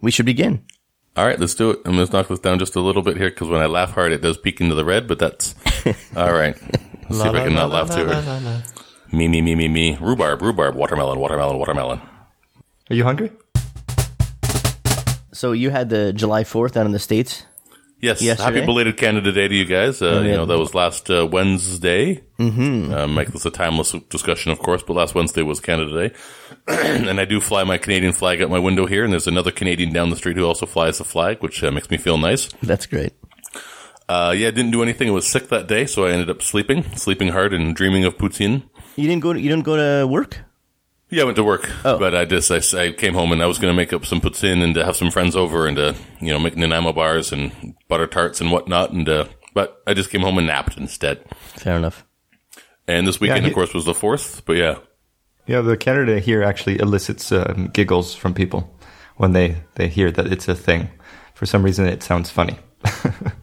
we should begin. All right, let's do it. I'm going to knock this down just a little bit here because when I laugh hard, it does peek into the red, but that's all right. Let's see if I can not laugh too hard. Me, me, me, me, me. Rhubarb, rhubarb, watermelon, watermelon, watermelon. Are you hungry? So you had the July 4th out in the States. Yes, Yesterday? happy belated Canada Day to you guys. Uh, you yeah. know, that was last uh, Wednesday. Mm-hmm. Uh, make this a timeless discussion, of course, but last Wednesday was Canada Day. and I do fly my Canadian flag out my window here, and there's another Canadian down the street who also flies the flag, which uh, makes me feel nice. That's great. Uh, yeah, I didn't do anything. I was sick that day, so I ended up sleeping, sleeping hard and dreaming of poutine. You didn't go to, you didn't go to work? Yeah, I went to work, but I just I, I came home and I was going to make up some poutine and to have some friends over and to you know make Nanaimo bars and butter tarts and whatnot and uh, but I just came home and napped instead. Fair enough. And this weekend, he- of course, was the fourth. But yeah, Yeah, the Canada here actually elicits um, giggles from people when they, they hear that it's a thing. For some reason, it sounds funny.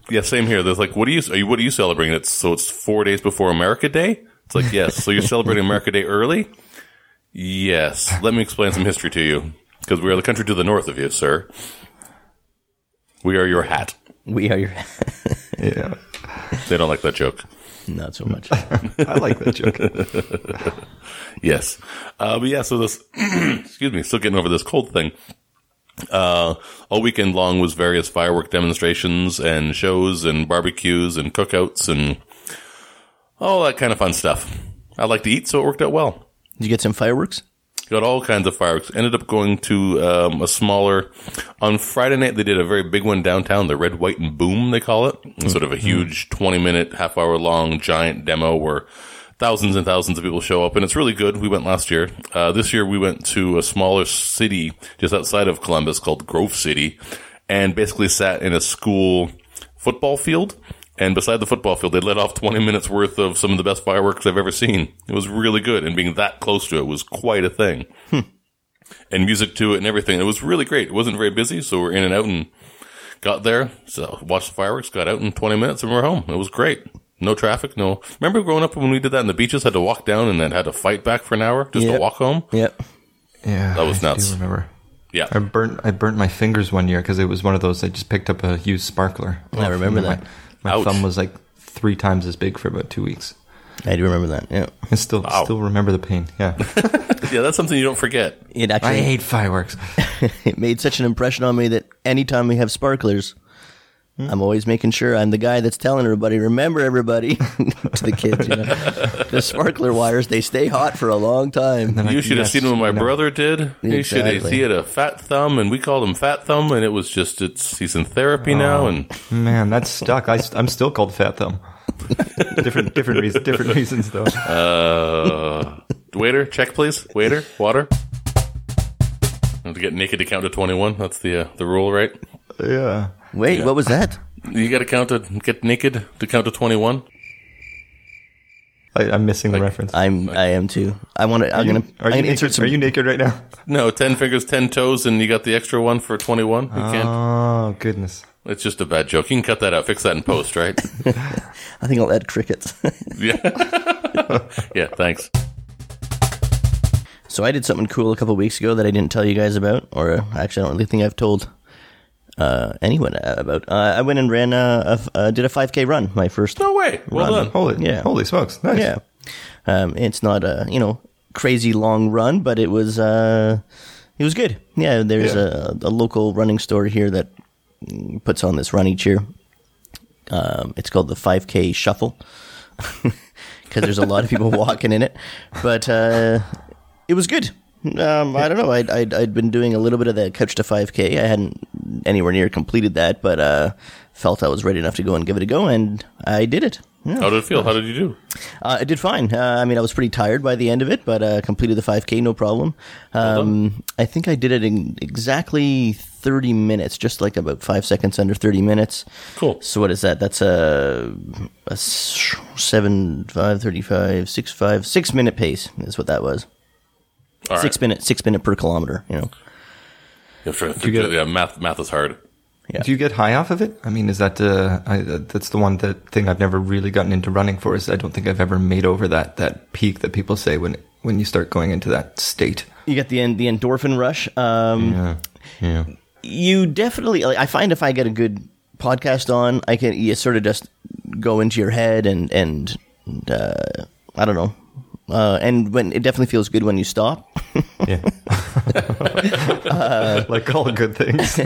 yeah, same here. There's like, what do you are you what are you celebrating? It's so it's four days before America Day. It's like yes, so you're celebrating America Day early. Yes, let me explain some history to you because we are the country to the north of you, sir. We are your hat. We are your yeah, They don't like that joke. not so much. I like that joke. Yes. Uh, but yeah, so this, excuse me, still getting over this cold thing. Uh, all weekend long was various firework demonstrations and shows and barbecues and cookouts and all that kind of fun stuff. I like to eat, so it worked out well. Did you get some fireworks? Got all kinds of fireworks. Ended up going to um, a smaller. On Friday night, they did a very big one downtown, the Red, White, and Boom, they call it. It's Sort of a huge 20 minute, half hour long giant demo where thousands and thousands of people show up. And it's really good. We went last year. Uh, this year, we went to a smaller city just outside of Columbus called Grove City and basically sat in a school football field. And beside the football field, they let off 20 minutes worth of some of the best fireworks I've ever seen. It was really good. And being that close to it was quite a thing. And music to it and everything. It was really great. It wasn't very busy. So we're in and out and got there. So watched the fireworks, got out in 20 minutes and we're home. It was great. No traffic. No. Remember growing up when we did that in the beaches, had to walk down and then had to fight back for an hour just to Yep. walk home? Yep. Yeah, That was I do nuts. remember? Yeah. I burnt I burnt my fingers one year because it was one of those I just picked up a used sparkler. Oh, I remember my, that. My Ouch. thumb was like three times as big for about two weeks. I do remember that. Yeah. I still Wow. still remember the pain. Yeah, Yeah, that's something you don't forget. It I actually hate fireworks. it made such an impression on me that anytime we have sparklers, I'm always making sure I'm the guy that's telling everybody, remember everybody to the kids, you know. the sparkler wires, they stay hot for a long time. You should have seen what my brother did. You should have. Exactly. He had a fat thumb, and we called him Fat Thumb, and it was just it's. He's in therapy now, and Man, that's stuck. I, am still called fat thumb. different different reasons different reasons though. uh, waiter, check please. Waiter, water. I have to get naked to count to twenty-one. That's the uh, the rule, right? yeah. Wait, what was that? You got to count to get naked to count to twenty-one. I, I'm missing the reference. I'm I am too. I want to I'm going to are I'm going you to naked? insert some Are you naked right now? No, ten fingers, ten toes, and you got the extra one for twenty-one. You can't. Oh goodness. It's just a bad joke. You can cut that out. Fix that in post, right? I think I'll add crickets. yeah. yeah. Thanks. So I did something cool a couple weeks ago that I didn't tell you guys about, or uh, actually, I don't really think I've told uh, anyone uh, about. Uh, I went and ran, uh, a f uh, did a 5K run, my first. No way. Well done. Holy Yeah. holy smokes. Nice. Yeah, um, it's not a you know crazy long run, but it was uh, it was good. Yeah, there's Yeah. A, a local running store here that mm, puts on this run each year. Um, it's called the 5K Shuffle because there's a lot of people walking in it, but uh, it was good. Um, I don't know. I'd, I'd I'd been doing a little bit of that couch to 5K. I hadn't anywhere near completed that, but uh, felt I was ready enough to go and give it a go, and I did it. Yeah. How did it feel? How did you do? Uh, I did fine. Uh, I mean, I was pretty tired by the end of it, but uh, completed the 5K, no problem. Um, I think I did it in exactly 30 minutes, just like about five seconds under 30 minutes. Cool. So what is that? That's a, a s- 7, 5, 35, 6, 5, 6 minute pace is what that was. All right. Six minute, six minute per kilometer. You know, Yeah, sure. you get- yeah, math math is hard. Yeah. Do you get high off of it? I mean, is that uh, I, uh, that's the one that thing I've never really gotten into running for? Is I don't think I've ever made over that that peak that people say when when you start going into that state. you get the en- the endorphin rush. Um, Yeah, yeah. you definitely like, i find if i get a good podcast on i can you sort of just go into your head and and uh, i don't know uh, and when it definitely feels good when you stop Yeah. Uh, like all good things.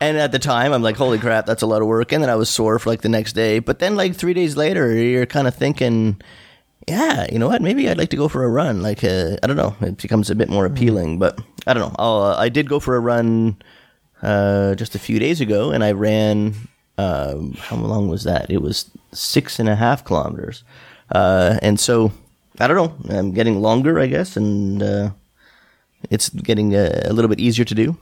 and at the time i'm like holy crap that's a lot of work and then i was sore for like the next day but then like three days later you're kind of thinking yeah you know what maybe i'd like to go for a run like uh, i don't know it becomes a bit more appealing but i don't know I'll, uh, i did go for a run uh, just a few days ago and i ran um, how long was that it was six and a half kilometers uh, and so i don't know i'm getting longer i guess and uh, it's getting uh, a, a little bit easier to do.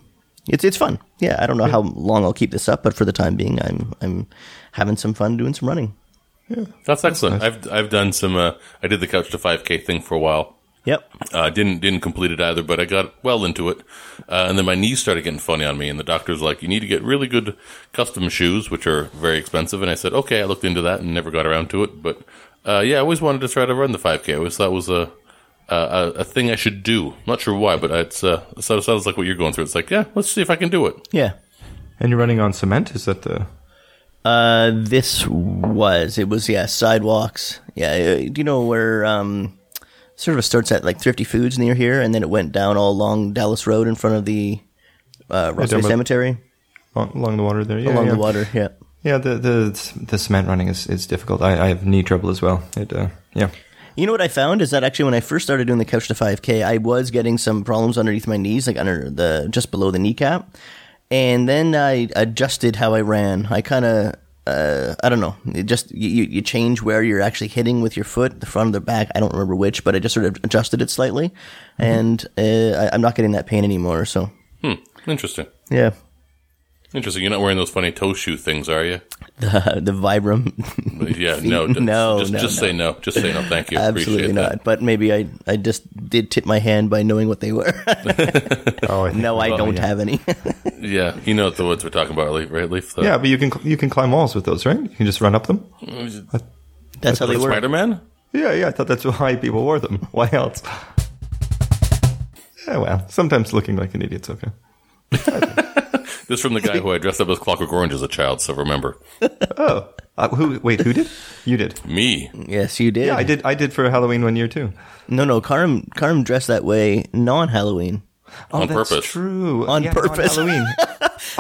It's it's fun. Yeah, I don't know how long I'll keep this up, but for the time being, I'm I'm having some fun doing some running. That's excellent. I've I've done some. Uh, I did the couch to 5K thing for a while. Yep. Uh, didn't didn't complete it either, but I got well into it, uh, and then my knees started getting funny on me, and the doctor's like, "You need to get really good custom shoes, which are very expensive." And I said, "Okay," I looked into that and never got around to it, but uh, yeah, I always wanted to try to run the 5K. I always thought was a a, a, a thing I should do. not sure why, but it's uh, it sounds sounds like what you're going through. It's like, yeah, let's see if I can do it. Yeah. And you're running on cement? Is that the. Uh, this was it was yeah sidewalks. Yeah, uh, do you know where um sort of starts at like Thrifty Foods near here, and then it went down all along Dallas Road in front of the uh, Rossley about- Cemetery on- Along the water there? Yeah, along yeah. the water. Yeah. Yeah, the, the the cement running is, is difficult. I, I have knee trouble as well. It uh, Yeah. You know what I found is that actually when I first started doing the couch to 5K, I was getting some problems underneath my knees, like under the just below the kneecap. And then I adjusted how I ran. I kind of uh, I don't know. It just you, you you change where you're actually hitting with your foot, the front or the back. I don't remember which, but I just sort of adjusted it slightly, Mm-hmm. and uh, I, I'm not getting that pain anymore. So Hmm, Interesting, yeah, interesting. You're not wearing those funny toe shoe things, are you? the the Vibram Yeah, no, just, No, just, no, just no. say no, just say no. Thank you, absolutely Appreciate not. that. But maybe I I just did tip my hand by knowing what they were. Oh, I think- no, I Well, don't have any. Yeah, you know the ones we're talking about, Leaf, right, Leaf? The, Yeah, but you can you can climb walls with those, right? You can just run up them. mm, That's how they work. Spider Man. Yeah, yeah. I thought that's why people wore them. Why else? Yeah, well, sometimes looking like an idiot's okay. This is from the guy who I dressed up as Clockwork Orange as a child. So remember Oh, uh, who? Wait, who did? You did. me. Yes, you did. Yeah, I did. I did for Halloween one year too. No, no, Karim, Karim dressed that way non Halloween, Oh, On that's purpose. True. On Yeah, it's purpose. Halloween.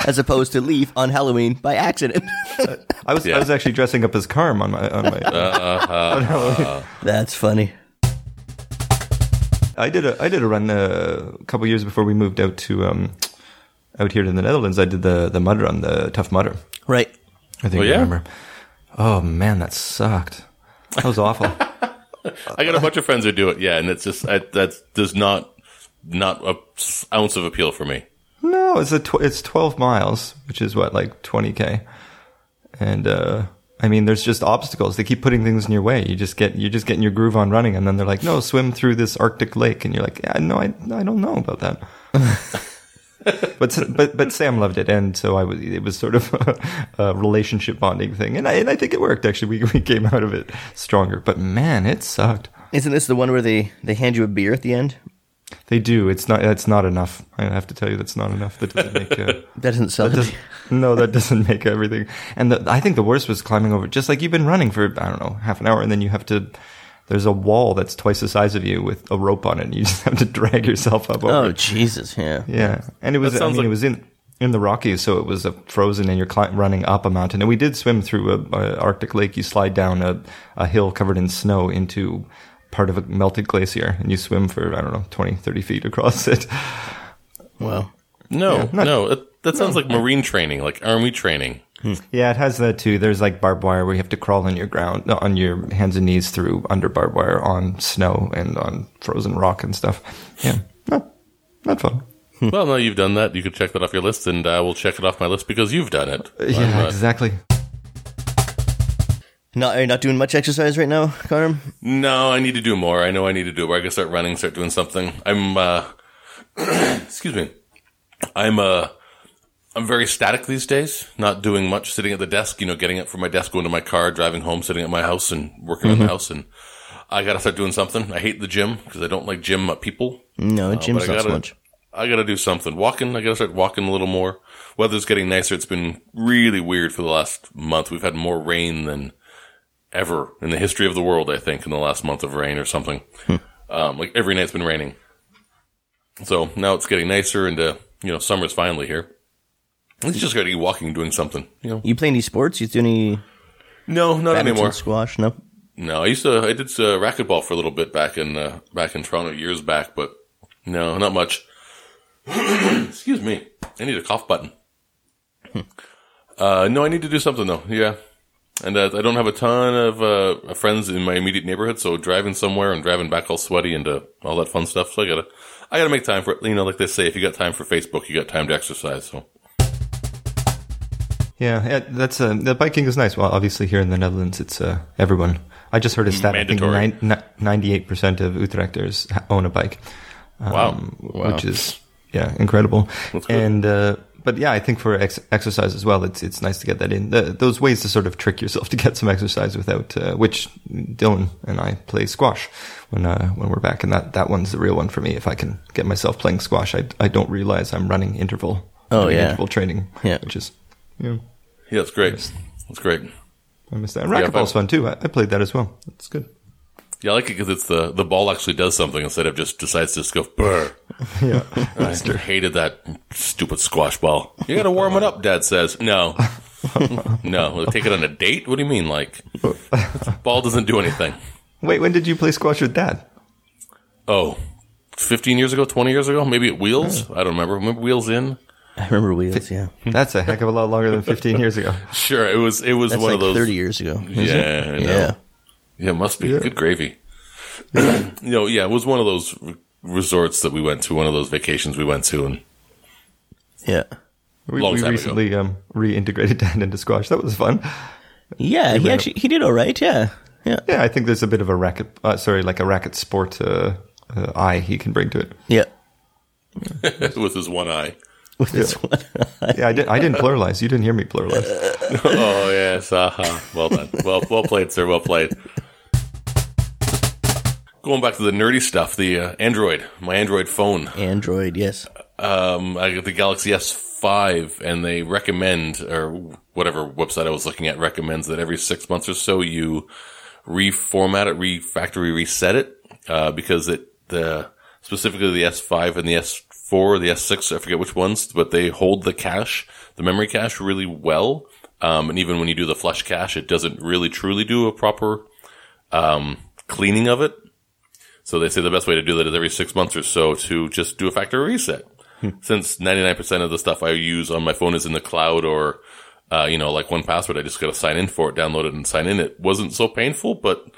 as opposed to Leaf on Halloween by accident. I was. Yeah. I was actually dressing up as Carm on my on my. on Halloween. That's funny. I did a I did a run uh, a couple years before we moved out to um out here to the Netherlands. I did the the mud run, the tough mudder. Right. I think Oh, I yeah? remember. Oh man, that sucked. That was awful. I got a bunch of friends who do it. Yeah, and it's just I, that does not not a s- ounce of appeal for me. No, it's a tw- it's twelve miles, which is what like twenty k, and uh, I mean, there's just obstacles. They keep putting things in your way. You just get you're just getting your groove on running, and then they're like, "No, swim through this Arctic lake," and you're like, "Yeah, no, I I don't know about that." but s- but but Sam loved it, and so I was. It was sort of a, a relationship bonding thing, and I and I think it worked. Actually, we we came out of it stronger. But man, it sucked. Isn't this the one where they, they hand you a beer at the end? They do. It's not. That's not enough. I have to tell you, that's not enough. That doesn't make. Uh, That doesn't sell does- it. no, that doesn't make everything. And the, I think the worst was climbing over. Just like you've been running for I don't know half an hour, and then you have to. There's a wall that's twice the size of you with a rope on it, and you just have to drag yourself up. Over Oh, it. Jesus. Yeah. yeah. And it was. That I sounds mean, like- it was in in the Rockies, so it was a frozen, and you're cli- running up a mountain. And we did swim through a, a Arctic lake. You slide down a a hill covered in snow into part of a melted glacier, and you swim for I don't know 20, 30 feet across it. Wow. No, no, it, that sounds like marine training, like army training. Yeah, it has that too. There's like barbed wire where you have to crawl on your ground, no, on your hands and knees through under barbed wire on snow and on frozen rock and stuff. Yeah, no, not fun. well, no, you've done that. You could check that off your list, and I will check it off my list because you've done it. I'm, yeah, uh, exactly. Not, are you not doing much exercise right now, Karim? No, I need to do more. I know I need to do more. I gotta start running, start doing something. I'm uh excuse me. I'm uh I'm very static these days, not doing much, sitting at the desk, you know, getting up from my desk, going to my car, driving home, sitting at my house and working on the house and I gotta start doing something. I hate the gym because I don't like gym uh, people. No, But Jim's I not gotta, so much. I gotta do something. Walking, I gotta start walking a little more. Weather's getting nicer. It's been really weird for the last month. We've had more rain than ever in the history of the world, I think, in the last month of rain or something. um, like every night's been raining. So now it's getting nicer and, uh, you know, summer's finally here. It's just got to be walking, doing something. You know? You play any sports? You do any No, not badminton, anymore. squash? No. No, I used to. I did uh, racquetball for a little bit back in uh, back in Toronto years back, but no, not much. Excuse me. I need a cough button. Hmm. uh, no, I need to do something though. Yeah, and uh, I don't have a ton of uh, friends in my immediate neighborhood, so driving somewhere and driving back all sweaty and uh, all that fun stuff. So I gotta, I gotta make time for it. You know, like they say, if you got time for Facebook, you got time to exercise. So Yeah, yeah, that's uh, the biking is nice. Well, obviously here in the Netherlands, it's uh, everyone. I just heard a stat. I Mandatory. think ninety-eight percent of Utrechters ha- own a bike. Um, Wow. which is yeah, incredible. good. And uh, but yeah, I think for ex- exercise as well, it's it's nice to get that in. The, those ways to sort of trick yourself to get some exercise without uh, which Dylan and I play squash when uh, when we're back, and that that one's the real one for me. If I can get myself playing squash, I I don't realize I'm running interval. Oh, doing yeah. interval training. Yeah. which is yeah. yeah, it's great. It's great. I missed that. And Yeah, racquetball's but- fun too. I, I played that as well. That's good. Yeah, I like it because it's the the ball actually does something instead of just decides to just go burr. Yeah. I hated that stupid squash ball. You gotta warm it up, Dad says. No. no. Take it on a date? What do you mean? Like, ball doesn't do anything. Wait, when did you play squash with dad? Oh, 15 years ago, 20 years ago? Maybe at Wheels? I don't remember. Remember Wheels In? I remember wheels. Yeah, Hmm. That's a heck of a lot longer than 15 years ago. Sure, it was It was that's one like of those. thirty years ago. isn't yeah, it? I know. yeah. Yeah, it must be good gravy. you know, yeah, it was one of those r- resorts that we went to, one of those vacations we went to, and Yeah. We, Long we time ago. recently um, reintegrated dad into squash. That was fun. Yeah, he actually he did all right. Yeah, yeah, Yeah, I think there's a bit of a racket, uh, sorry, like a racket sport uh, uh, eye he can bring to it. yeah. with his one eye. With this one, Yeah, I, did, I didn't pluralize. You didn't hear me pluralize. Oh yes, uh-huh. well done, well well played, sir, well played. Going back to the nerdy stuff, the uh, Android, my Android phone, Android. Yes. um, I got the Galaxy S5, and they recommend or whatever website I was looking at recommends that every six months or so you reformat it, refactory reset it, uh, because it the specifically the S5 and the S4, the S6, I forget which ones, but they hold the cache, the memory cache, really well. Um, and even when you do the flush cache, it doesn't really truly do a proper um, cleaning of it. So they say the best way to do that is every six months or so to just do a factory reset. Since 99% of the stuff I use on my phone is in the cloud or, uh, you know, like one password, I just got to sign in for it, download it and sign in. It wasn't so painful, but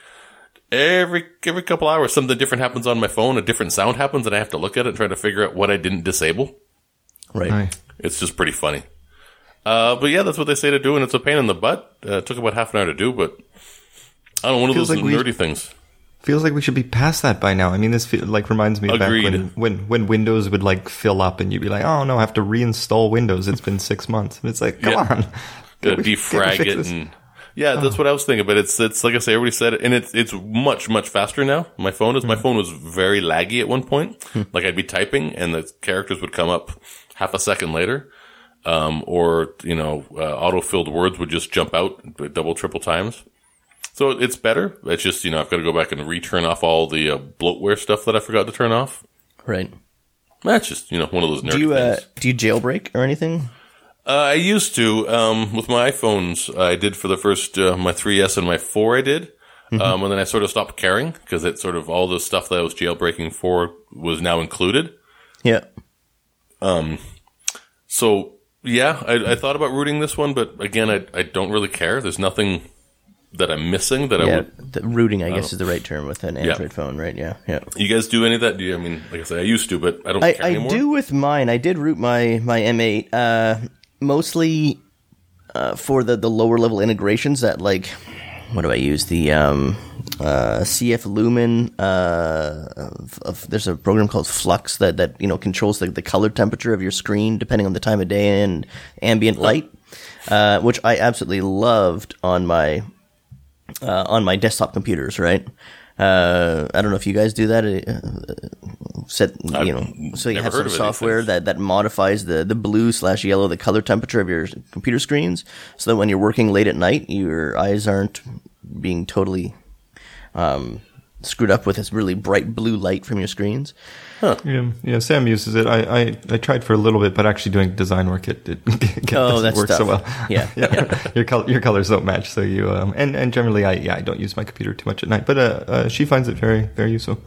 every, every couple hours, something different happens on my phone. A different sound happens and I have to look at it and try to figure out what I didn't disable. Right. Aye. It's just pretty funny. Uh, but yeah, that's what they say to do. And it's a pain in the butt. Uh, it took about half an hour to do, but I don't know, one of Feels those like we- nerdy things. Feels like we should be past that by now. I mean, this feel, like reminds me of back when, Agreed. when when Windows would like fill up and you'd be like, oh no, I have to reinstall Windows. It's been six months. And it's like, come Yeah. on, gotta Get- we- defrag get- fix it this. and yeah, that's what I was thinking. But it's it's like I say, everybody said it, and it's it's much much faster now. My phone is my Hmm. phone was very laggy at one point. like I'd be typing and the characters would come up half a second later, um, or you know, uh, auto filled words would just jump out double triple times. So it's better. It's just you know I've got to go back and return off all the uh, bloatware stuff that I forgot to turn off. Right. That's just you know one of those nerdy Do you uh, things. do you jailbreak or anything? Uh, I used to um, with my iPhones. I did for the first uh, my 3s and my 4. I did, Mm-hmm. um, and then I sort of stopped caring because it sort of all the stuff that I was jailbreaking for was now included. Yeah. So yeah, I, I thought about rooting this one, but again, I, I don't really care. There's nothing that I'm missing that I Yeah. would. The rooting, I guess, is the right term with an Android phone, right? Yeah. Yeah. You guys do any of that? Do you? I mean, like I said, I used to, but I don't I, care I anymore. do with mine. I did root my my M8 uh, mostly uh, for the the lower level integrations that like what do I use the um, uh, CF Lumen uh, of, of there's a program called Flux that that you know controls the, the color temperature of your screen depending on the time of day and ambient light, uh, which I absolutely loved on my uh, on my desktop computers, right? Uh, I don't know if you guys do that. uh, set you know, so you never have some heard of it, software it's- that that modifies the the blue slash yellow, the color temperature of your computer screens, so that when you're working late at night, your eyes aren't being totally um, screwed up with this really bright blue light from your screens. Yeah, yeah. Sam uses it. I, I, I tried for a little bit, but actually doing design work, it, it, it Oh, doesn't that's work so tough. well. Yeah, your color, your colors don't match. So you um, and and generally, I yeah, I don't use my computer too much at night, but uh, uh she finds it very very useful.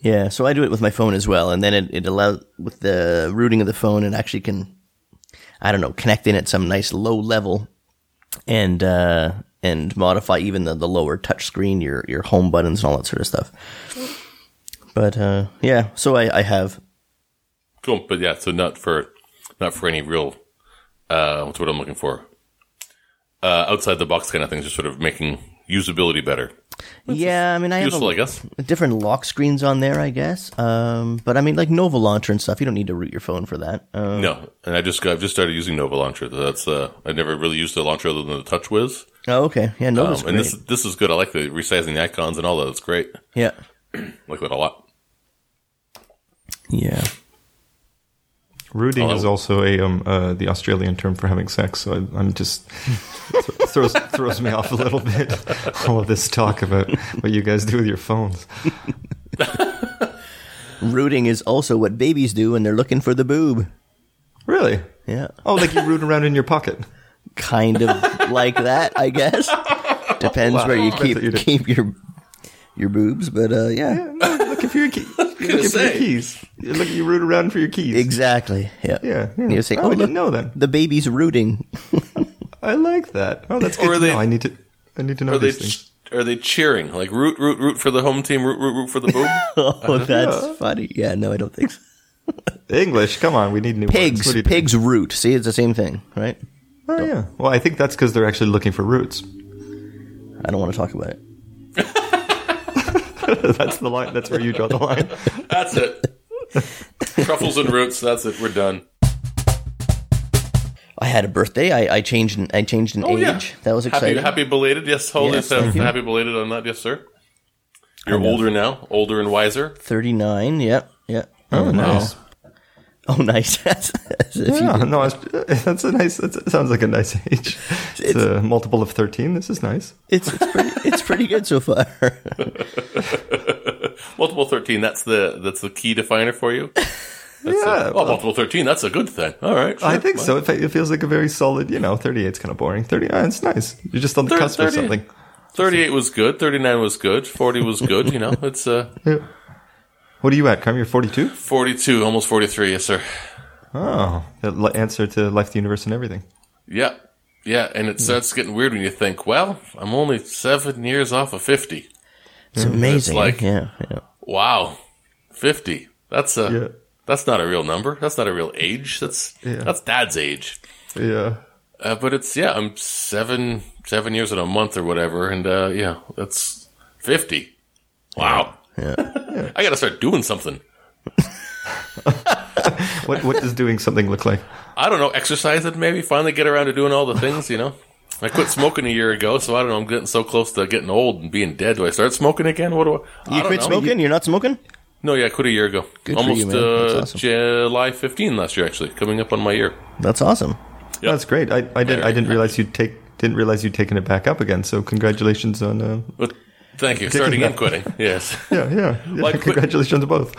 Yeah, so I do it with my phone as well, and then it, it allows with the routing of the phone, it actually can, I don't know, connect in at some nice low level, and uh, and modify even the, the lower touch screen, your your home buttons and all that sort of stuff. But uh, yeah, so I, I have Cool, but yeah, so not for not for any real uh what's what I'm looking for. Uh outside the box kind of things, just sort of making usability better. yeah, I mean I have Useful, I a, guess. different lock screens on there, I guess. Um, but I mean like Nova Launcher and stuff, you don't need to root your phone for that. Um, No. And I just got, I've just started using Nova Launcher. That's uh I never really used the launcher other than the Touch Wiz. oh, okay, yeah, Nova's Um, great. and this this is good. I like the resizing the icons and all that. It's great. yeah, like that a lot. yeah. Rooting Hello. is Oh. also a um uh, the Australian term for having sex. So I, I'm just th- throws throws me off a little bit. All of this talk about what you guys do with your phones. Rooting is also what babies do when they're looking for the boob. Really? Yeah. Oh, like you root around in your pocket. Kind of like that, I guess. Depends where you That's keep what you did. keep your your boobs, but uh yeah. No, looking for your keys. Looking for your say. keys. You Look, you root around for your keys. Exactly. Yeah. Yeah, yeah. And You say, Oh, "Oh, I didn't look, know that." The baby's rooting. I like that. Oh, that's good. Or to they- know. I need to. I need to know Are they these things. ch- are they cheering like root root root for the home team root root root for the boob? Oh, that's funny. Yeah, no, I don't think so. English. Come on, we need new words. What Pigs, do you do? pigs root. See, it's the same thing, right? Oh yeah. Well, I think that's because they're actually looking for roots. I don't want to talk about it. that's the line. That's where you draw the line. that's it. Truffles and roots. That's it. We're done. I had a birthday. I, I changed. An, I changed Oh, an age. That was happy, exciting. happy belated. Yes, holidays Yes, thank have you. happy belated on that. Yes, sir. You're older now, older and wiser. Thirty-nine. Yep. Yep. Oh, nice. Oh, nice. That's- that's- if you- Yeah, no, it's- that's a nice. That's, it sounds like a nice age. It's a multiple of thirteen. This is nice. It's it's pretty, it's pretty good so far. Multiple thirteen. That's the that's the key definer for you. yeah, Oh, multiple thirteen. That's a good thing. All right. I sure. think so. It, fe- it feels like a very solid. You know, thirty-eight's kind of boring. Thirty, ah, it's nice. You're just on the Thir- cusp of 30. something. Thirty-eight was good. Thirty-nine was good. Forty was good. You know, it's uh, Yeah. What are you at, Carm? You're forty-two. forty-two, almost forty-three. Yes, sir. Oh, the li- answer to life, the universe, and everything. Yeah. Yeah, and Hmm. it starts getting weird when you think, well, I'm only seven years off of 50. It's amazing. like- yeah, yeah. Wow. 50. That's a, Yeah. that's not a real number. That's not a real age. That's, Yeah. that's dad's age. Yeah. Uh, but it's, yeah, I'm seven, seven years and a month or whatever. And, uh, yeah, that's 50. Wow. I gotta start doing something. What What does doing something look like? I don't know, exercise it maybe, finally get around to doing all the things, you know? I quit smoking a year ago, so I don't know. I'm getting so close to getting old and being dead. Do I start smoking again? What do I? I You don't quit know. smoking? You're not smoking? No, yeah, I quit a year ago. Good for Almost you, man. That's uh, awesome. July 15 last year, actually, coming up on my year. That's awesome. Yep. That's great. I, I didn't I didn't realize you take didn't realize you would taken it back up again. So congratulations on uh, But thank you. Starting and quitting. Yes, yeah yeah, yeah Like, quit- congratulations to both.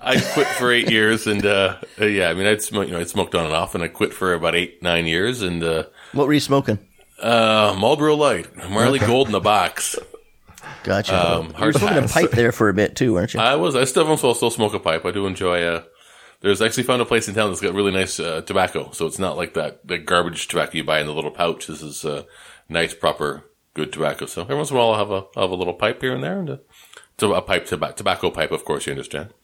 I quit for eight years, and uh, uh, yeah, I mean, I'd sm- you know, I smoked on and off, and I quit for about eight, nine years, and uh, What were you smoking? uh, Marlboro Light, Marley Gold in the box. Gotcha. Um, you were hard smoking a pass. Uh, pipe there for a bit too, weren't you? I was. I still, I'm still, still smoke a pipe. I do enjoy. Uh, there's actually found a place in town that's got really nice uh, tobacco. So it's not like that that garbage tobacco you buy in the little pouch. This is uh, nice, proper, good tobacco. So every once in a while, I'll have a I'll have a little pipe here and there, and a, to a pipe toba- tobacco pipe, of course. You understand.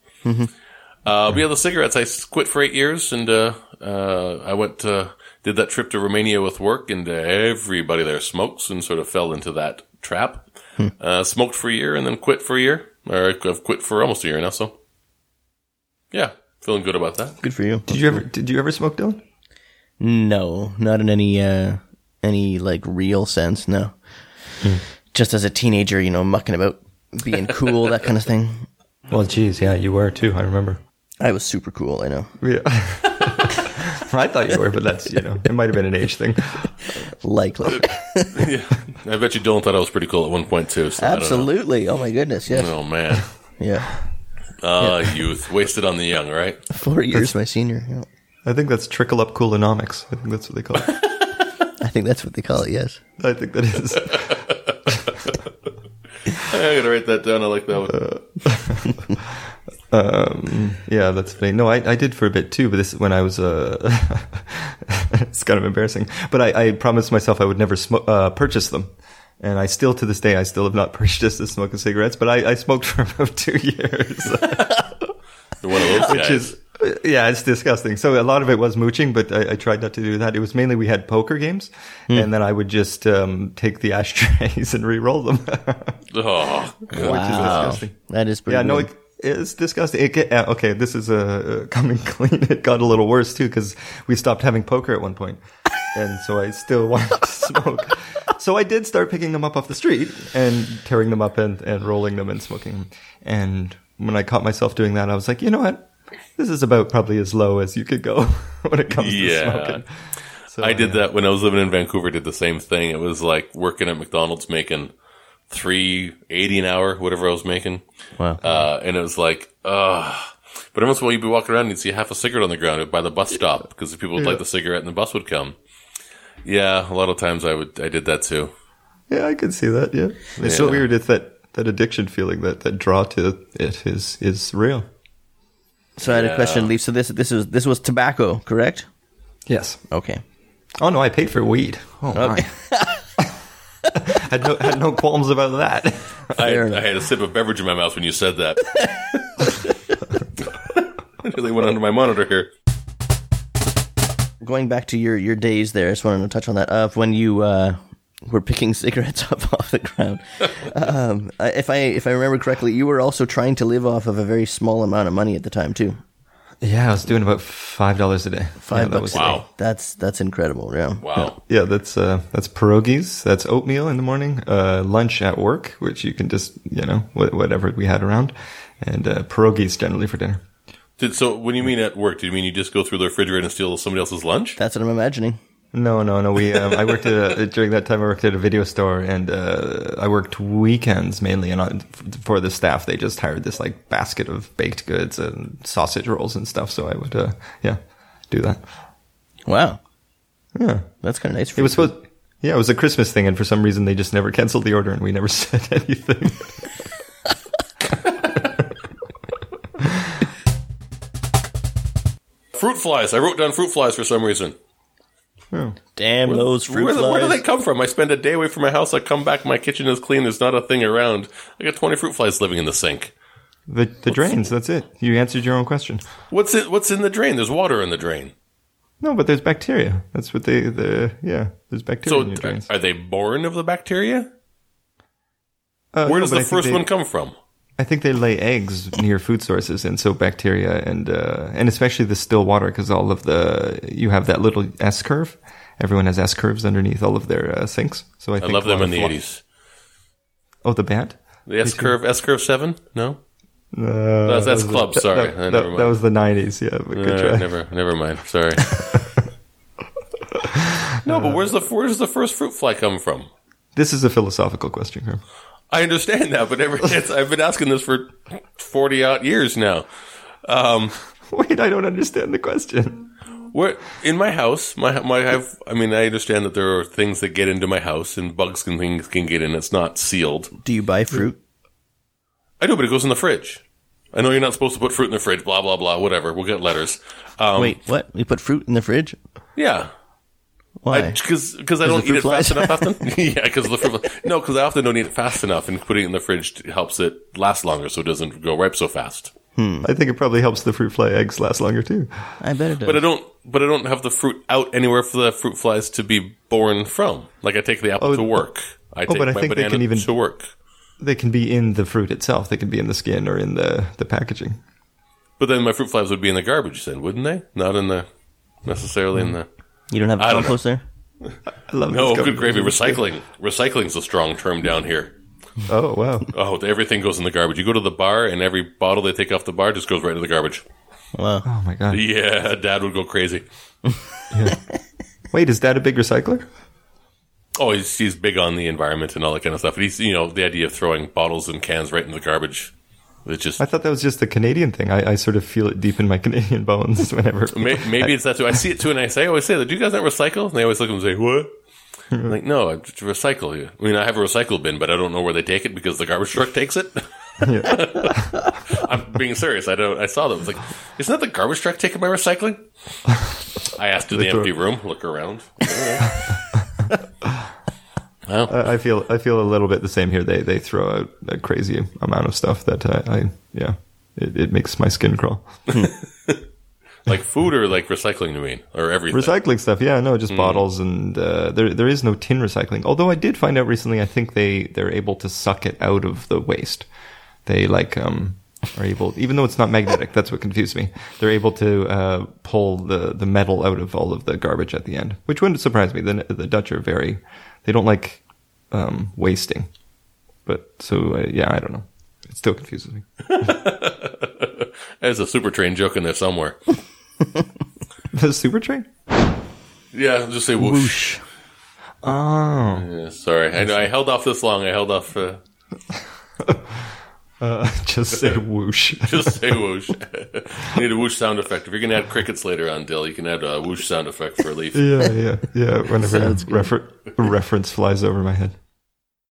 Uh, but yeah, the cigarettes. I s- quit for eight years, and uh, uh, I went uh did that trip to Romania with work, and uh, everybody there smokes, and sort of fell into that trap. Hmm. Uh, smoked for a year, and then quit for a year, or I've quit for almost a year now. So, yeah, feeling good about that. Good for you. Did you ever did you ever smoke Dylan? No, not in any uh Hmm. any like real sense, no. Just as a teenager, you know, mucking about being cool, that kind of thing. Well, geez, yeah, you were too. I remember. I was super cool, I know. Yeah. I thought you were, but that's you know, it might have been an age thing. Likely. yeah. I bet you Dylan thought I was pretty cool at one point too. So I don't know. Absolutely. Oh my goodness, yes. Oh man. Yeah. Ah, youth wasted on the young, right? Four years my senior. Yeah. I think that's trickle up coolenomics. I think that's what they call it. I think that's what they call it, yes. I think that is. I gotta write that down. I like that one. Um, yeah, that's funny. No, I, I did for a bit too, but this is when I was, uh, it's kind of embarrassing, but I, I promised myself I would never smoke, uh, purchase them. And I still, to this day, I still have not purchased the smoking cigarettes, but I, I smoked for about two years, You're one of those which guys. is, yeah, it's disgusting. So a lot of it was mooching, but I, I tried not to do that. It was mainly we had poker games and then I would just, um, take the ashtrays and re-roll them. Wow. oh, disgusting. That is pretty Yeah, no, weird. it, it's disgusting. It get, uh, okay, this is uh, uh, coming clean. It got a little worse too because we stopped having poker at one point, and so I still wanted to smoke. So I did start picking them up off the street and tearing them up and, and rolling them and smoking them. And when I caught myself doing that, I was like, you know what? This is about probably as low as you could go when it comes Yeah. to smoking. So, I did yeah. that when I was living in Vancouver. Did the same thing. It was like working at McDonald's, making three eighty an hour, whatever I was making. Wow. Uh, and it was like, ugh. But every once in a while, you'd be walking around and you'd see half a cigarette on the ground by the bus stop because the people would light the cigarette and the bus would come. Yeah, a lot of times I would. I did that too. Yeah, I could see that. Yeah, it's so Yeah. weird. It's that that addiction feeling that that draw to it is is real. So I had a Yeah. question, Leaf. So this this was this was tobacco, correct? Yes. Okay. Oh no, I paid for weed. Oh Okay. had no had no qualms about that. I, Fair enough. I had a sip of beverage in my mouth when you said that. It really went under my monitor here. Going back to your your days there, I just wanted to touch on that. Of when you uh, were picking cigarettes up off the ground, um, I- if I if I remember correctly, you were also trying to live off of a very small amount of money at the time too. Yeah, I was doing about five dollars a day. Five yeah, that bucks. was- a day. Wow. That's that's incredible. Yeah. Wow. Yeah, that's uh, that's pierogies. That's oatmeal in the morning. Uh, lunch at work, which you can just you know wh- whatever we had around, and uh, pierogies generally for dinner. Did, so when you mean at work, do you mean you just go through the refrigerator and steal somebody else's lunch? That's what I'm imagining. No, no, no. We um, I worked at a, during that time. I worked at a video store, and uh, I worked weekends mainly. And I, for the staff, they just hired this like basket of baked goods and sausage rolls and stuff. So I would uh, yeah do that. Wow. Yeah. That's kind of nice. For It was you. supposed. Yeah, it was a Christmas thing, and for some reason they just never canceled the order, and we never said anything. Fruit flies. I wrote down fruit flies for some reason. damn those fruit Where, the- where do they flies. come from? I spend a day away from my house. I come back. My kitchen is clean. There's not a thing around. I got 20 fruit flies living in the sink. the the drains. That's it. You answered your own question. What's it? What's in the drain? There's water in the drain. No, but there's bacteria. That's what they the yeah. There's bacteria So in your are, drains. are they born of the bacteria? Uh, Where no, does but I the think first they- one come from? I think they lay eggs near food sources, and so bacteria and uh, and especially the still water, because all of the you have that little S curve. Everyone has S curves underneath all of their uh, sinks. So I, I think love a them lot in of the wa- 80s. Oh, the band. The S curve, S curve seven? No, Uh, that's, that's club. sorry, that, Uh, that- never mind. that was the nineties. Yeah, but good Uh, try. never, never mind. Sorry. no, but where's the where's the first fruit fly come from? This is a philosophical question. Herb. I understand that, but ever since I've been asking this for forty odd years now. Um, Wait, I don't understand the question. where in my house, my my I have. I mean, I understand that there are things that get into my house and bugs can things can get in. It's not sealed. Do you buy fruit? I do, but it goes in the fridge. I know you're not supposed to put fruit in the fridge. Blah blah blah. Whatever. We'll get letters. Um, Wait, what? We put fruit in the fridge? Yeah. Why? Because I don't the eat fruit it flies? fast enough often. yeah, because the fruit. fly- No, because I often don't eat it fast enough, and putting it in the fridge t- helps it last longer, so it doesn't go ripe so fast. I think it probably helps the fruit fly eggs last longer too. I bet it does. But I don't. But I don't have the fruit out anywhere for the fruit flies to be born from. Like I take the apple to work. I take Oh, but I my think they banana can even- to work. They can be in the fruit itself. They can be in the skin or in the the packaging. But then my fruit flies would be in the garbage, then wouldn't they? Not in the necessarily in Hmm. the. you don't have I don't compost there? I love No, this good gravy. conversation. Recycling. Recycling's a strong term down here. Oh wow. Oh, everything goes in the garbage. You go to the bar, and every bottle they take off the bar just goes right into the garbage. Wow. Oh my god. Yeah, Dad would go crazy. Wait, is that a big recycler? Oh, he's, he's big on the environment and all that kind of stuff. And he's, you know, the idea of throwing bottles and cans right in the garbage. It's just, I thought that was just the Canadian thing. I, I sort of feel it deep in my Canadian bones whenever. may, maybe it's that too. I see it too, and I say, I always say that, do you guys not recycle? And they always look at me and say, what? I'm like, no, I just recycle you. I mean, I have a recycle bin, but I don't know where they take it because the garbage truck takes it. Yeah. I'm being serious. I don't, I saw that. I was like, isn't that the garbage truck taking my recycling? I asked in the throw- empty room, look around. I I feel I feel a little bit the same here. They they throw out a crazy amount of stuff that I, I yeah. It, it makes my skin crawl. Like food or like recycling, you mean? Or everything? Recycling stuff, yeah, no, just bottles and uh, there there is no tin recycling. Although I did find out recently, I think they they're able to suck it out of the waste. They like um are able, even though it's not magnetic. That's what confused me. They're able to uh, pull the the metal out of all of the garbage at the end, which wouldn't surprise me. The the Dutch are very, they don't like um, wasting, but so uh, yeah, I don't know. It still confuses me. There's a super train joke in there somewhere. The super train. Yeah, just say Whoosh. whoosh. Oh, Yeah, sorry, I know I held off this long. I held off. Uh, uh, just say whoosh. just say whoosh. you need a whoosh sound effect. If you're gonna add crickets later on, Dill, you can add a whoosh sound effect for a leaf. Yeah, yeah, yeah. Whenever a refer- a reference flies over my head.